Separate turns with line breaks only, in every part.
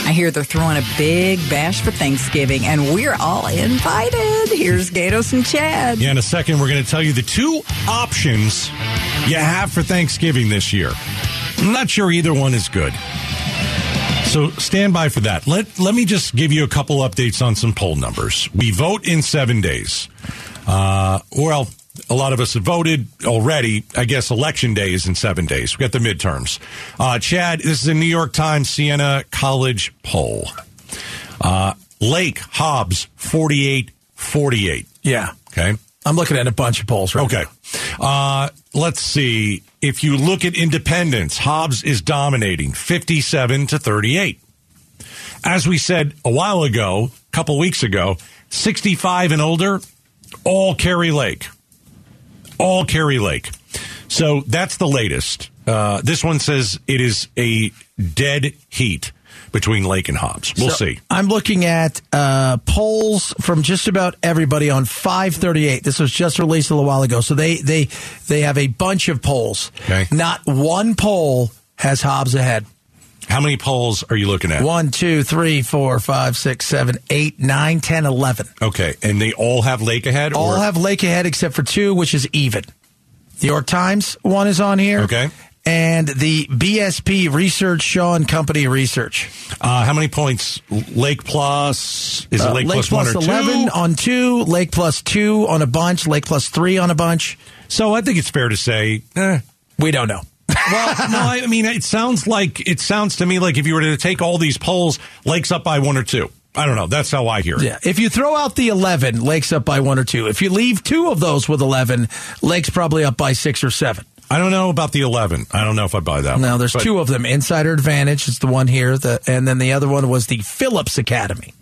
I hear they're throwing a big bash for Thanksgiving, and we're all invited. Here's Gatos and Chad.
Yeah, in a second, we're going to tell you the two options you have for Thanksgiving this year. I'm not sure either one is good. So stand by for that. Let let me just give you a couple updates on some poll numbers. We vote in seven days. Uh, well, a lot of us have voted already. I guess election day is in seven days. We got the midterms. Uh, Chad, this is a New York Times Siena College poll. Uh, Lake Hobbs forty eight forty eight.
Yeah.
Okay.
I'm looking at a bunch of polls right
Okay. Uh, let's see. If you look at independence, Hobbs is dominating 57 to 38. As we said a while ago, a couple weeks ago, 65 and older, all carry Lake. All carry Lake. So that's the latest. Uh, this one says it is a dead heat between Lake and Hobbs. We'll
So,
see.
I'm looking at uh, polls from just about everybody on 538. This was just released a little while ago. So they they they have a bunch of polls.
Okay.
Not one poll has Hobbs ahead.
How many polls are you looking at?
One, two, three, four, five, six, seven, eight, nine, ten, eleven.
Okay. And they all have Lake ahead?
All
or-
have Lake ahead except for two, which is even. The York Times one is on here.
Okay.
And the BSP Research Shaw and Company Research.
Uh, how many points? Lake Plus is it
Uh,
Lake, Plus one or
eleven
two?
on two, Lake plus two on a bunch, Lake plus three on a bunch.
so I think it's fair to say. eh.
We don't know.
Well, no, I mean it sounds like it sounds to me like if you were to take all these polls, Lake's up by one or two. I don't know. That's how I hear it.
Yeah, if you throw out the eleven, Lake's up by one or two. If you leave two of those with eleven, Lake's probably up by six or seven.
I don't know about the eleven. I don't know if I buy that.
Now
one,
there's
but-
two of them. Insider Advantage is the one here, the, and then the other one was the Phillips Academy.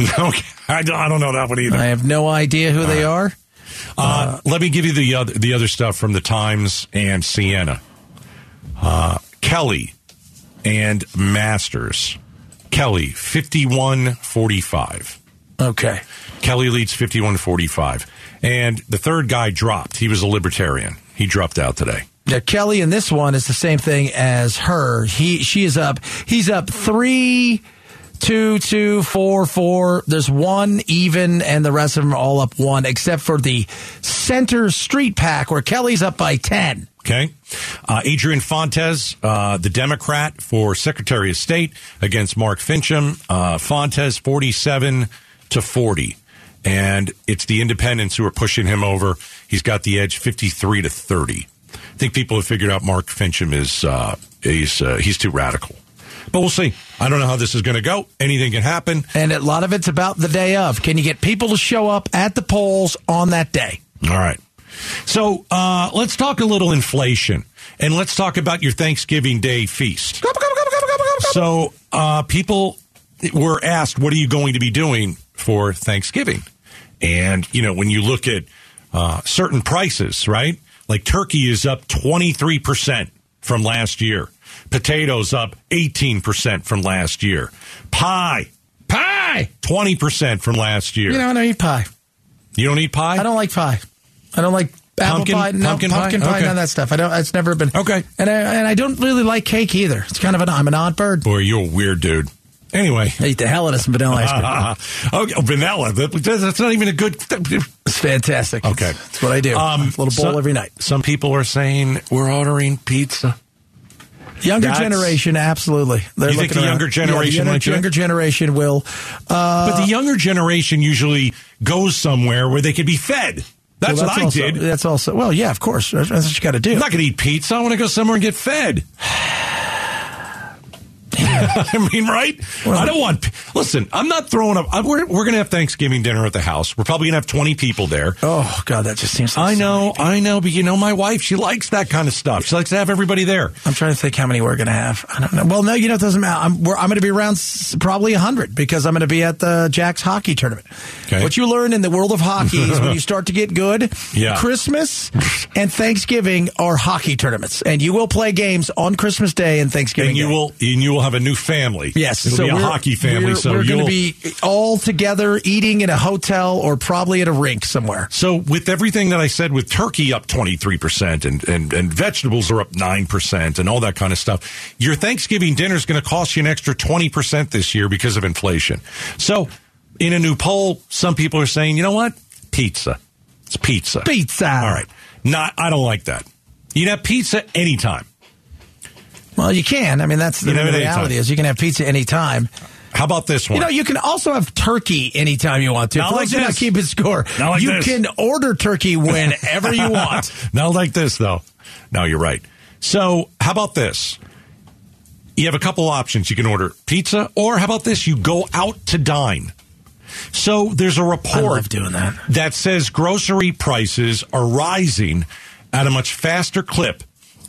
Okay, I don't, I don't know that one either.
I have no idea who
Uh-huh.
they are.
Uh, let me give you the other the other stuff from the Times and Sienna. Uh, Kelly and Masters. Kelly fifty one forty five.
Okay.
Kelly leads 51 45. And the third guy dropped. He was a libertarian. He dropped out today.
Now Kelly in this one is the same thing as her. He she is up. He's up three, two, two, four, four. There's one even, and the rest of them are all up one, except for the center street pack where Kelly's up by ten.
Okay. Uh, Adrian Fontes, uh, the Democrat for Secretary of State against Mark Fincham. Uh, Fontes 47 to 40. And it's the independents who are pushing him over. He's got the edge 53 to 30. I think people have figured out Mark Fincham is uh, he's, uh, he's too radical. But we'll see. I don't know how this is going to go. Anything can happen.
And a lot of it's about the day of. Can you get people to show up at the polls on that day?
All right. So uh, let's talk a little inflation and let's talk about your Thanksgiving Day feast. So uh, people were asked, what are you going to be doing for Thanksgiving? And, you know, when you look at uh, certain prices, right? Like turkey is up 23% from last year, potatoes up 18% from last year, pie,
Pie.
20% from last year.
You know, I don't eat pie.
you don't eat pie?
I don't like pie. I don't like apple
Pumpkin-
pie. No,
pumpkin
pumpkin,
pie?
pie,
Okay.
none of that stuff. I don't. It's never been
Okay.
And I, and I don't really like cake either. It's kind of an I'm an odd bird.
Boy, you're a weird dude. Anyway.
I eat the hell out of some vanilla ice cream.
Uh, okay, oh, vanilla. That- That's not even a good.
It's fantastic.
Okay,
It's, it's what I do.
Um,
a little bowl
some-
every night.
Some people are saying we're ordering pizza.
Younger
That's-
generation, absolutely. They're
You think
looking
the
around.
younger
Yeah,
generation
the younger,
like that?
younger generation will. Uh,
but the younger generation usually goes somewhere where they could be fed. That's,
well,
what I
also,
did.
That's also well, yeah, of course. That's what you got to do.
I'm not going to eat pizza. I want to go somewhere and get fed. I mean, right? I don't want. p- Listen, I'm not throwing up. I, we're we're going to have Thanksgiving dinner at the house. We're probably going to have 20 people there.
oh God, that just seems. Like
I
so
know, I know, but you know, my wife, she likes that kind of stuff. She likes to have everybody there.
I'm trying to think how many we're going to have. I don't know. Well, no, you know, it doesn't matter. I'm, we're, I'm going to be around s- probably 100 because I'm going to be at the Jacks hockey tournament.
Okay.
What you learn in the world of hockey is when you start to get good,
Yeah.
Christmas and Thanksgiving are hockey tournaments. And you will play games on Christmas Day and Thanksgiving
and you
Day.
will and you will have a new family.
Yes,
it'll be a
we're-
hockey family.
We're,
so
we're going
you'll
to be all together eating in a hotel or probably at a rink somewhere.
So with everything that I said with turkey up 23% and, and, and vegetables are up 9% and all that kind of stuff, your Thanksgiving dinner is going to cost you an extra 20% this year because of inflation. So in a new poll, some people are saying, you know what? Pizza. It's pizza.
Pizza.
All right. Not, I don't like that. You can have pizza anytime.
Well, you can. I mean, that's the,
You know,
the
at any
reality
time.
is you can have pizza anytime.
How about this one?
You know, you can also have turkey anytime you want to.
Not
For
like
those who are not
this.
keeping score,
Not like
you
this.
can order turkey whenever you want.
Not like this, though. No, you're right. So, how about this? You have a couple options. You can order pizza, or how about this? You go out to dine. So, there's a report
I love doing that.
that says grocery prices are rising at a much faster clip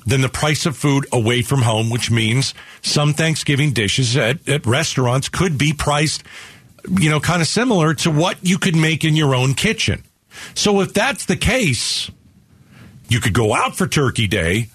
than the price of food away from home, which means some Thanksgiving dishes at, at restaurants could be priced, you know, kind of similar to what you could make in your own kitchen. So if that's the case, you could go out for Turkey Day,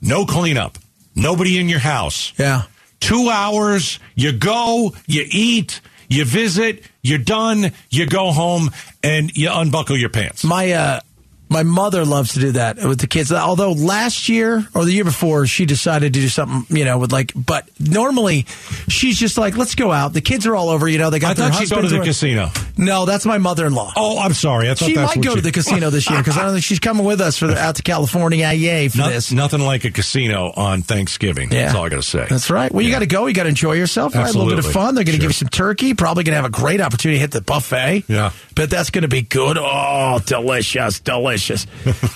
no cleanup, nobody in your house
Yeah.
two hours. You go, you eat, you visit, you're done, you go home, and you unbuckle your pants.
My uh my mother loves to do that with the kids. Although last year or the year before, she decided to do something, you know, with like. But normally, she's just like, "Let's go out." The kids are all over, you know. They got
I
their
thought she'd go to
husbands
the casino.
or- No, that's my mother-in-law.
Oh, I'm sorry. I thought
she
that's
might
what
go
you-
to the casino this year because I don't think she's coming with us for the, out to California. Yay for
Not-
this!
nothing like a casino on Thanksgiving. That's all I got to say.
That's right. Well, you got to go. You got to enjoy yourself. Right? A little bit of
Absolutely.
fun. They're going to
Sure.
give you some turkey. Probably going to have a great opportunity to hit the buffet.
Yeah.
But that's going to be good. Oh, delicious, delicious.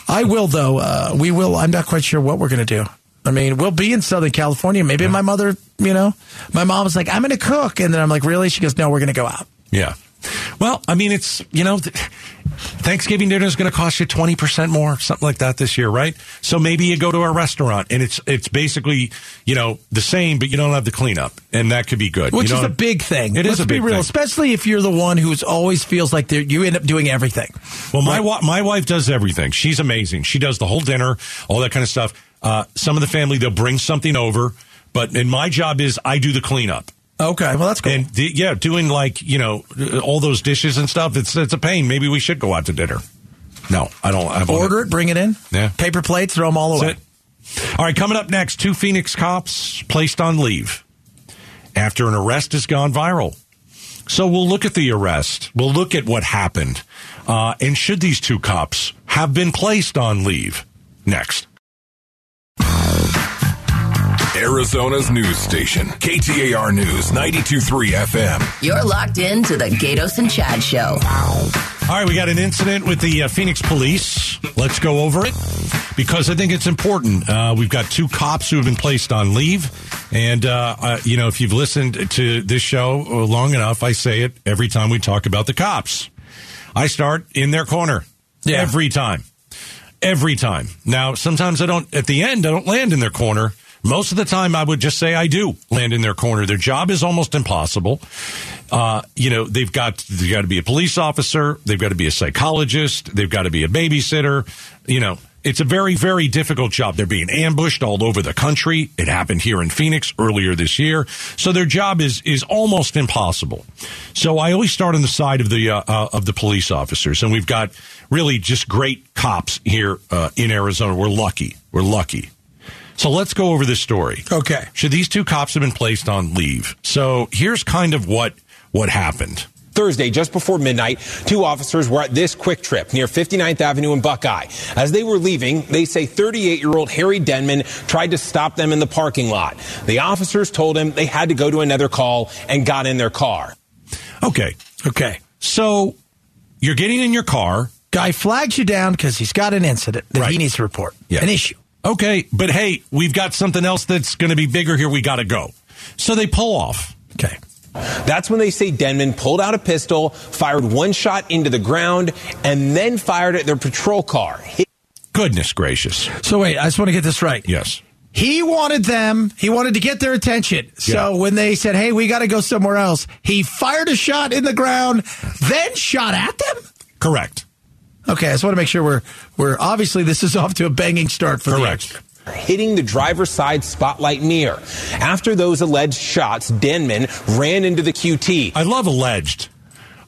I will, though. Uh, we will. I'm not quite sure what we're going to do. I mean, we'll be in Southern California. Maybe my mother, you know, my mom was like, I'm going to cook. And then I'm like, really? She goes, no, we're going to go out.
Yeah. Well, I mean, it's, you know, th- Thanksgiving dinner is going to cost you 20% more, something like that this year, right? So maybe you go to a restaurant and it's, it's basically, you know, the same, but you don't have the cleanup. And that could be good.
Which
You
is
know-
a big thing.
It is
Let's
a big
be real,
thing.
especially if you're the one who's always feels like they're- you end up doing everything.
Well, my wa- my wife does everything. She's amazing. She does the whole dinner, all that kind of stuff. Uh, some of the family they'll bring something over, but and my job is I do the cleanup.
Okay, well that's cool.
And the, yeah, doing like you know all those dishes and stuff. It's it's a pain. Maybe we should go out to dinner. No, I don't. I won't-
Order it, bring it in.
Yeah.
Paper plates, throw them all away.
That's it. All right, coming up next, two Phoenix cops placed on leave after an arrest has gone viral. So we'll look at the arrest. We'll look at what happened. Uh, and should these two cops have been placed on leave? Next.
Arizona's news station, KTAR News 923 FM.
You're locked in to the Gatos and Chad Show.
All right, we got an incident with the uh, Phoenix police. Let's go over it because I think it's important. Uh, we've got two cops who have been placed on leave. And, uh, uh, you know, if you've listened to this show uh, long enough, I say it every time we talk about the cops. I start in their corner
Yeah.
every time. Every time. Now, sometimes I don't, at the end, I don't land in their corner. Most of the time, I would just say I do land in their corner. Their job is almost impossible. Uh, you know, they've got they've got to be a police officer, they've got to be a psychologist, they've got to be a babysitter. You know, it's a very very difficult job. They're being ambushed all over the country. It happened here in Phoenix earlier this year, so their job is is almost impossible. So I always start on the side of the uh, uh, of the police officers, and we've got really just great cops here uh, in Arizona. We're lucky. We're lucky. So let's go over this story.
Okay.
Should these two cops have been placed on leave? So here's kind of what what happened.
Thursday, just before midnight, two officers were at this quick trip near 59th Avenue and Buckeye. As they were leaving, they say 38 year old Harry Denman tried to stop them in the parking lot. The officers told him they had to go to another call and got in their car.
Okay.
Okay.
So you're getting in your car.
Guy flags you down because he's got an incident that
Right.
he needs to report.
Yeah.
An issue.
Okay. But hey, we've got something else that's going to be bigger here. We got to go. So they pull off.
Okay.
That's when they say Denman pulled out a pistol, fired one shot into the ground, and then fired at their patrol car.
Goodness gracious.
So wait, I just want to get this right.
Yes.
He wanted them, he wanted to get their attention. So
Yeah.
when they said, hey, we got to go somewhere else, he fired a shot in the ground, then shot at them?
Correct.
Okay, I just want to make sure we're we're obviously this is off to a banging start for the
Correct.
extra.
hitting the driver's side spotlight mirror. After those alleged shots, Denman ran into the QT.
I love alleged.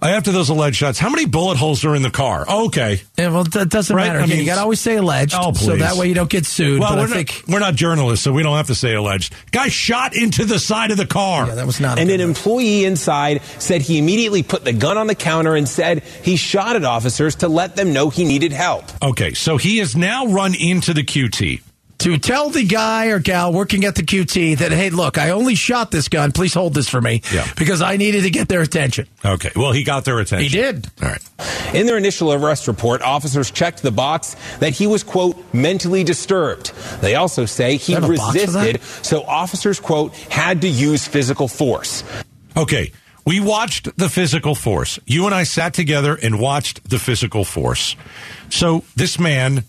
After those alleged shots, how many bullet holes are in the car? Okay.
Yeah, well, that doesn't
Right?
matter.
I mean,
you got to always say alleged,
Oh,
so
please.
that way you don't get sued.
Well,
but
we're,
I think
not, we're not journalists, so we don't have to say alleged. Guy shot into the side of the car.
yeah, that was not. a
And
good
an employee inside said he immediately put the gun on the counter and said he shot at officers to let them know he needed help.
Okay, so he has now run into the QT.
to tell the guy or gal working at the QT that, hey, look, I only shot this gun. Please hold this for me
Yeah.
because I needed to get their attention.
Okay, well, he got their attention.
He did.
All right.
In their initial arrest report, officers checked the box that he was, quote, mentally disturbed. They also say he
They have a box for
resisted, so officers, quote, had to use physical force.
Okay, we watched the physical force. You and I sat together and watched the physical force. So this man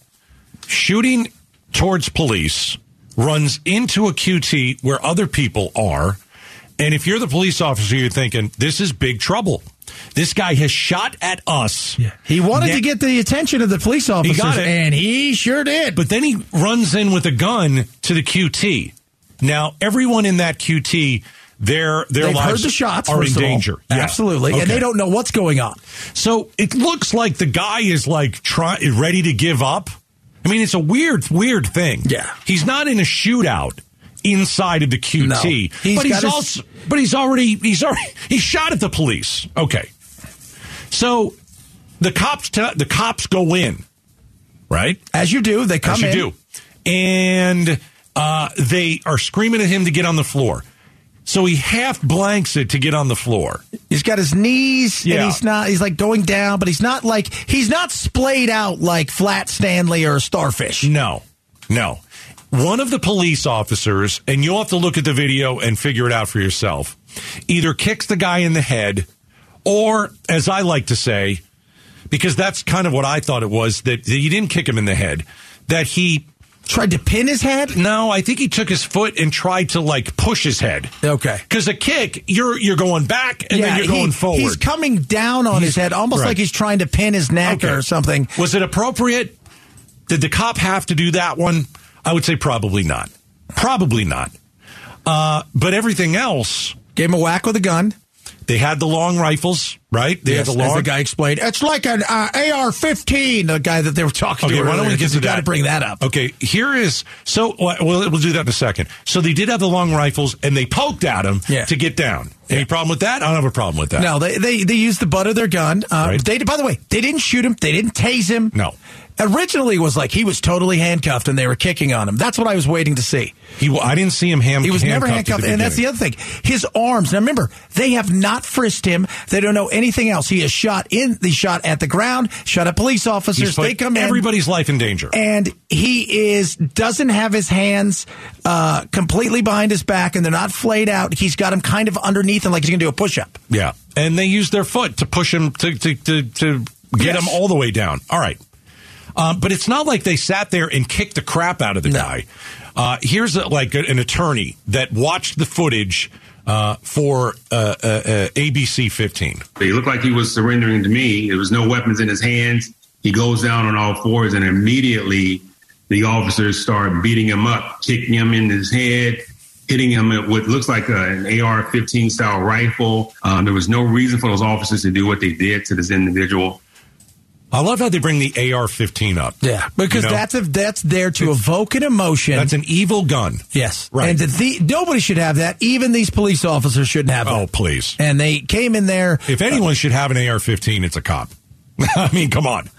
shooting towards police runs into a QT where other people are. And if you're the police officer, you're thinking, this is big trouble. This guy has shot at us.
He wanted
Ne-
to get the attention of the police officers,
got it.
and he sure did.
But then he runs in with a gun to the QT. Now everyone in that QT, their their
They've heard
lives
the shots
are in
first of all.
danger. Yeah.
Absolutely, and
Okay.
they don't know what's going on.
So it looks like the guy is like try, ready to give up. I mean, it's a weird, weird thing.
Yeah.
he's not in a shootout inside of the QT,
No. He's
but he's
got his-
also, but he's already, he's already, he shot at the police. Okay, so the cops, t- the cops go in, right?
As you do, they come
Yes, you
in.
do. And uh, they are screaming at him to get on the floor. So he half blanks it to get on the floor.
He's got his knees,
Yeah.
and he's not. He's like going down, but he's not like he's not splayed out like Flat Stanley or Starfish.
No, no. One of the police officers, and you'll have to look at the video and figure it out for yourself, either kicks the guy in the head, or, as I like to say, because that's kind of what I thought it was, that that he didn't kick him in the head, that he,
Tried to pin his head.
no, I think he took his foot and tried to like push his head.
Okay.
Because a kick, you're you're going back and then you're
he-
going forward.
He's coming down on his head, almost
right.
like he's trying to pin his neck
Okay.
or something.
Was it appropriate? Did the cop have to do that one? I would say probably not. Probably not. Uh, but everything else,
Gave him a whack with a gun.
they had the long rifles, right? They
Yes,
had the
as
long.
the guy explained, it's like an uh, AR-15. The guy that they were talking
okay,
to.
why don't we
earlier,
get to
you
that?
Got to bring that up.
Okay, here is so. Well, we'll we'll do that in a second. So they did have the long rifles, and they poked at him
Yeah.
to get down. Any problem with that? I don't have a problem with that.
No, they they they used the butt of their gun. Uh,
Right.
They by the way, they didn't shoot him. They didn't tase him.
No.
Originally it was like he was totally handcuffed and they were kicking on him. That's what I was waiting to see.
he. wa- I didn't see him ham.
He was never
handcuffed at
handcuffed, and that's the
beginning.
other thing. His arms. Now remember, they have not frisked him. They don't know anything else. He is shot in. He shot at the ground. Shot at police
He's
officers.
put
They come in.
everybody's life in danger.
and he is doesn't have his hands uh, completely behind his back, and they're not flayed out. He's got him kind of underneath, and like he's gonna do a push up.
Yeah. And they use their foot to push him to to to, to get
Yes.
him all the way down. All right. Um, but it's not like they sat there and kicked the crap out of the guy. Uh, here's a, like an attorney that watched the footage uh, for uh, uh, uh, ABC 15.
He looked like he was surrendering to me. There was no weapons in his hands. He goes down on all fours, and immediately the officers start beating him up, kicking him in his head, hitting him with what looks like a, an AR 15 style rifle. Um, there was no reason for those officers to do what they did to this individual.
I love how they bring the AR 15 up.
because
You know?
that's a, that's there to evoke an emotion.
That's an evil gun.
yes,
Right.
And the, nobody should have that. Even these police officers shouldn't have.
Oh,
that.
please.
And they came in there.
If anyone should have an AR 15, it's a cop. I mean, come on.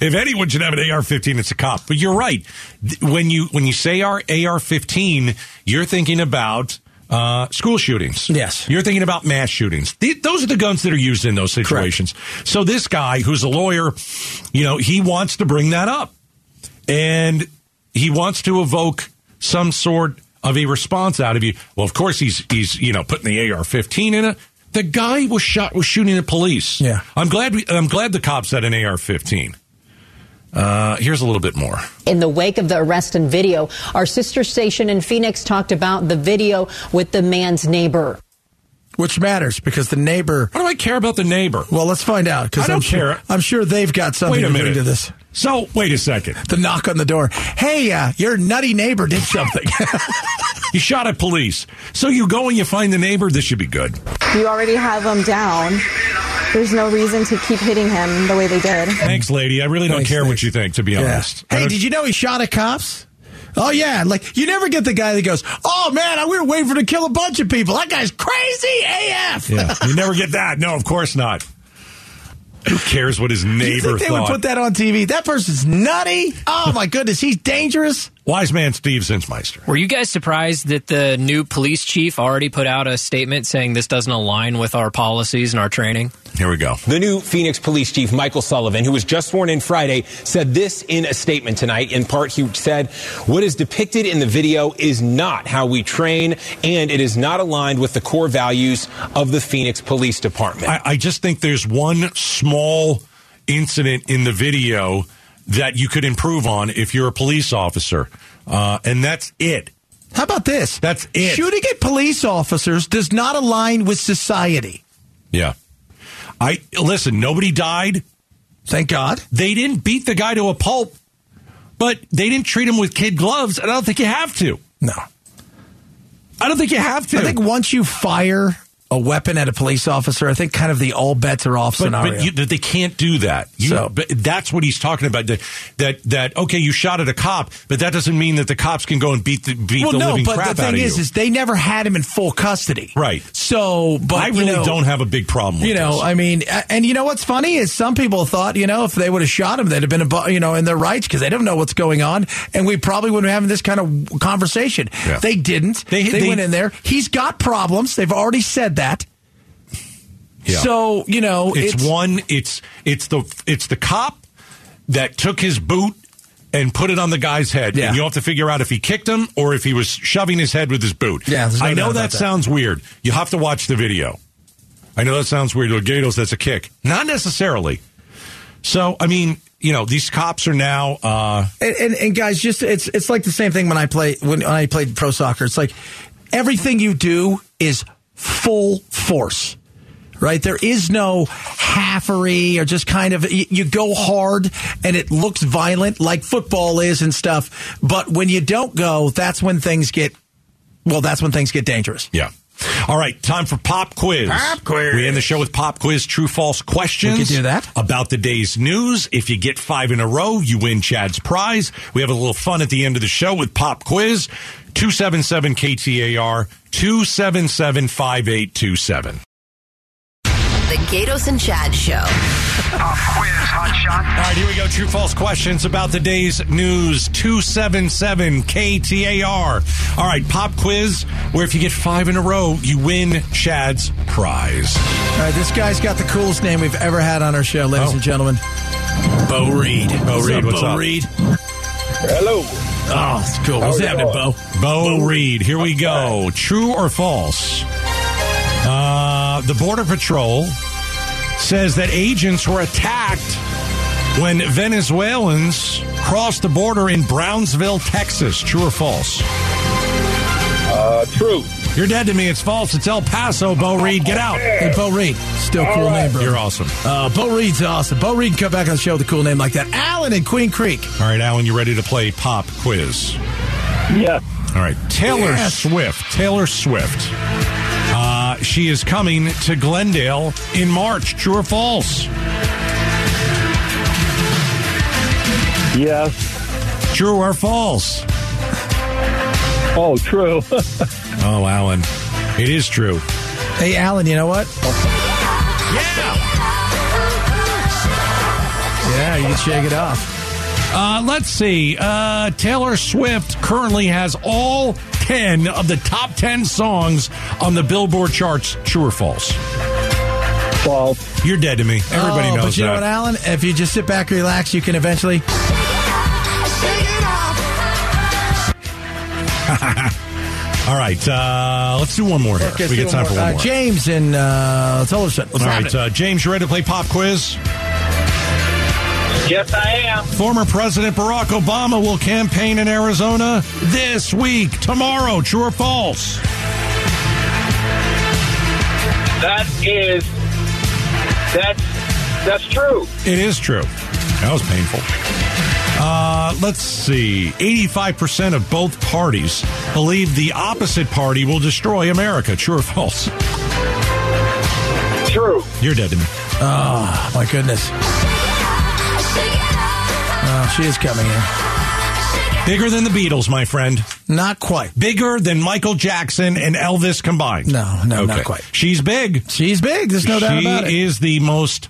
If anyone should have an AR 15, it's a cop. But you're right. Th- When you when you say our AR 15, you're thinking about uh, school shootings.
Yes.
You're thinking about mass shootings. Th- those are the guns that are used in those situations. So this guy who's a lawyer, you know, he wants to bring that up and he wants to evoke some sort of a response out of you. Well, of course he's he's you know putting the AR-15 in it. The guy was shot was shooting at police.
Yeah.
I'm glad we, I'm glad the cops had an AR-15. Uh, here's a little bit more.
In the wake of the arrest and video, our sister station in Phoenix talked about the video with the man's neighbor.
which matters because the neighbor.
What do I care about the neighbor?
Well, let's find out
I
because
don't
I'm sure
care.
I'm sure they've got something
Wait a
to do
minute.
to this.
So, wait a second.
The knock on the door. Hey, uh, your nutty neighbor did something.
You shot at police. So you go and you find the neighbor. This should be good.
You already have him down. There's no reason to keep hitting him the way they did.
Thanks, lady. I really don't
Thanks,
care what
thanks.
you think, to be
Yeah.
honest.
Hey, did you know he shot at cops? Oh yeah, like you never get the guy that goes, "Oh man, I we were waiting for to kill a bunch of people. That guy's crazy AF."
Yeah, you never get that. No, of course not. Who cares what his
You
neighbor
think they would
thought?
put that on TV? That person's nutty. Oh my goodness, he's dangerous.
Wise man Steve Zinsmeister.
Were you guys surprised that the new police chief already put out a statement saying this doesn't align with our policies and our training?
Here we go.
The new Phoenix Police Chief, Michael Sullivan, who was just sworn in Friday, said this in a statement tonight. In part, he said, What is depicted in the video is not how we train, and it is not aligned with the core values of the Phoenix Police Department.
I, I just think there's one small incident in the video that you could improve on if you're a police officer, uh, and that's it.
How about this?
That's it.
Shooting at police officers does not align with society.
Yeah. I listen. Nobody died.
Thank God.
They didn't beat the guy to a pulp, but they didn't treat him with kid gloves. And I don't think you have to.
No.
I don't think you have to.
I think once you fire a weapon at a police officer, I think kind of the all bets are off
But,
scenario.
but you, that they can't do that. You,
So-
but that's what he's talking about. That, that that okay, you shot at a cop, but that doesn't mean that the cops can go and beat the beat
well,
the
no,
living
but
crap
the
out
thing
of
is,
you.
is they never had him in full custody.
Right.
So, but
I
you
really
know-
don't have a big problem. with
You know,
this.
I mean, a- and you know what's funny is some people thought, you know, if they would have shot him, they'd have been, abo- you know, in their rights because they don't know what's going on, and we probably wouldn't be having this kind of conversation.
Yeah.
They didn't.
They- they-
went in there. He's got problems. They've already said that.
Yeah.
So you know,
it's, one. It's it's the it's the cop that took his boot and put it on the guy's head,
Yeah.
and you have to figure out if he kicked him or if he was shoving his head with his boot.
Yeah, there's no
I
doubt
know
about
that,
that.
sounds weird. You have to watch the video. I know that sounds weird. Gatos, that's a kick, not necessarily. So I mean, you know, these cops are now. Uh,
and, and, and guys, just it's it's like the same thing when I play when, when I played pro soccer. It's like everything you do is full force. Right, there is no halfery or just kind of you, you go hard and it looks violent like football is and stuff. But when you don't go, that's when things get well. That's when things get dangerous.
Yeah. All right, time for pop quiz. Pop quiz. We end the show with pop quiz, true false questions.
We could do that.
About the day's news. If you get five in a row, you win Chad's prize. We have a little fun at the end of the show with pop quiz. 277 KTAR 277 5827.
The Gatos and Chad Show.
All right, here we go. True false questions about the day's news. 277 KTAR. All right, pop quiz, where if you get five in a row, you win Chad's prize.
All right, this guy's got the coolest name we've ever had on our show, ladies
Oh.
and gentlemen.
Bo Reed. Bo
What's
Reed, Ah,
up,
what's
Bo
up?
Reed?
Hello.
Oh, it's cool. What's
How are
happening, Bo?
y'all?
Bo Reed. Here we go. True or false? Uh, the Border Patrol says that agents were attacked when Venezuelans crossed the border in Brownsville, Texas. True or false?
Uh, true.
You're dead to me. It's false. It's El Paso. Bo Reed, get out.
Hey, Bo Reed, still cool name, bro.
You're awesome.
Uh, Bo Reed's awesome. Bo Reed can come back on the show with a cool name like that. Alan in Queen Creek.
All right, Alan, you ready to play pop quiz?
Yeah.
All right, Taylor
Yes.
Swift. Taylor Swift. Uh, she is coming to Glendale in March. True or false?
Yes.
True or false?
Oh, true.
Oh, Alan. It is true.
Hey, Alan, you know what?
Yeah.
Yeah, you can shake it off.
Uh, let's see. Uh, Taylor Swift currently has all 10 of the top 10 songs on the Billboard charts. True or false?
False.
You're dead to me. Everybody
Oh,
knows
But you
that.
know what, Alan? If you just sit back, relax, you can eventually.
all right. Uh, let's do one more here.
Okay,
we
let's
got time
do
for one
Uh,
more.
James in uh, Tollerson. What's
all right.
happening?
Uh, James, you ready to play pop quiz?
Yes, I am.
Former President Barack Obama will campaign in Arizona this week, tomorrow. True or false?
That is that's that's true.
It is true. That was painful. Uh, let's see. 85% of both parties believe the opposite party will destroy America. True or false?
True.
You're dead to me.
Oh, my goodness. Oh, she is coming in.
Bigger than the Beatles, my friend.
Not quite.
Bigger than Michael Jackson and Elvis combined.
No, no, not quite.
She's big.
She's big. There's no doubt
she
about it.
is the most.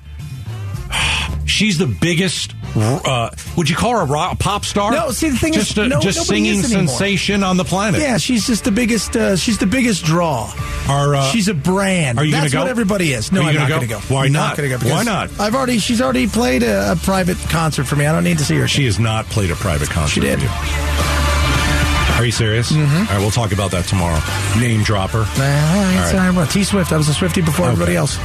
She's the biggest. Uh, would you call her a rock, pop star?
No, see, the thing is,
just a-
no-
just
nobody
singing
is anymore.
sensation on the planet.
Yeah, she's just the biggest. Uh, she's the biggest draw.
Are, uh,
she's a brand.
are you gonna
That's
go?
what everybody is. No,
Are you
I'm
gonna
not
go?
going to go.
Why
I'm
not?
going to go.
Why
because
not?
I've already. She's already played a, a private concert for me. I don't need to see her.
She has not played a private concert.
She did.
with you. Are you serious? Mm-hmm. right, we'll talk about that tomorrow. Name dropper.
Uh, all right,
All right.
sorry, well, T Swift. I was a Swifty before everybody else.